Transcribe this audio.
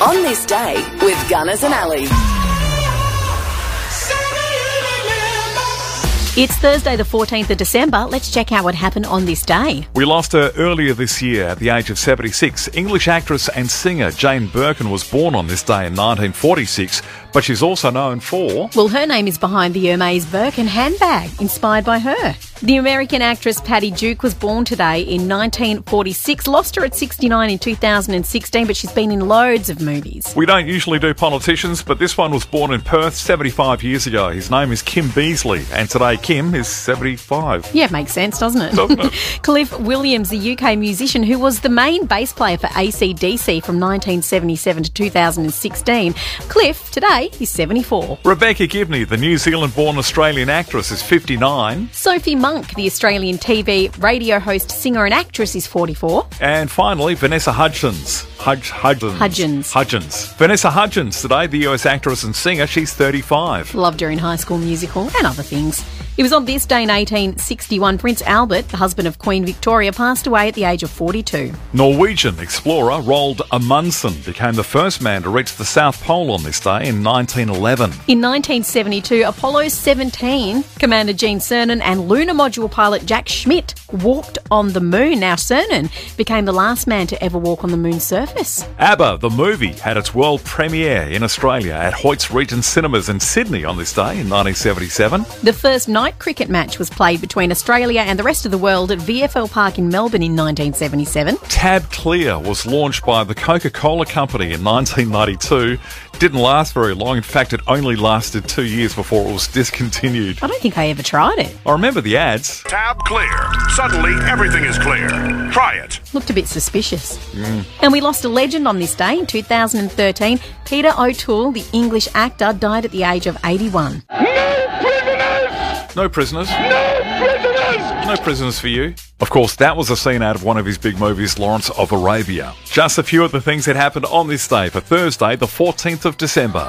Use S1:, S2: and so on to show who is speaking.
S1: On this day with Gunners and Alley.
S2: It's Thursday, the 14th of December. Let's check out what happened on this day.
S3: We lost her earlier this year at the age of 76. English actress and singer Jane Birkin was born on this day in 1946, but she's also known for.
S2: Well, her name is behind the Hermes Birkin handbag, inspired by her. The American actress Patty Duke was born today in 1946, lost her at 69 in 2016, but she's been in loads of movies.
S3: We don't usually do politicians, but this one was born in Perth 75 years ago. His name is Kim Beazley, and today Kim is 75.
S2: Yeah, it makes sense, doesn't it?
S3: Doesn't it?
S2: Cliff Williams, the UK musician who was the main bass player for ACDC from 1977 to 2016. Cliff, today, is 74.
S3: Rebecca Gibney, the New Zealand born Australian actress, is 59.
S2: Sophie Monk, the Australian TV radio host, singer, and actress, is 44.
S3: And finally, Vanessa Hudgens. Hudge, Hudgens.
S2: Hudgens.
S3: Hudgens. Vanessa Hudgens, today, the US actress and singer, she's 35.
S2: Loved her in High School Musical and other things. It was on this day in 1861, Prince Albert, the husband of Queen Victoria, passed away at the age of 42.
S3: Norwegian explorer Roald Amundsen became the first man to reach the South Pole on this day in 1911.
S2: In 1972, Apollo 17 Commander Gene Cernan and lunar module pilot Jack Schmidt walked on the moon. Now, Cernan became the last man to ever walk on the moon's surface.
S3: ABBA, the movie, had its world premiere in Australia at Hoyts Regent Cinemas in Sydney on this day in 1977.
S2: The first night cricket match was played between Australia and the rest of the world at VFL Park in Melbourne in 1977.
S3: Tab Clear was launched by the Coca Cola Company in 1992. Didn't last very long. In fact, it only lasted two years before it was discontinued.
S2: I don't think I ever tried it.
S3: I remember the ads.
S4: Tab clear. Suddenly, everything is clear. Try it.
S2: Looked a bit suspicious. And we lost a legend on this day in 2013. Peter O'Toole, the English actor, died at the age of 81.
S3: No prisoners. No prisoners. No prisoners for you. Of course, that was a scene out of one of his big movies, Lawrence of Arabia. Just a few of the things that happened on this day for Thursday, the 14th of December.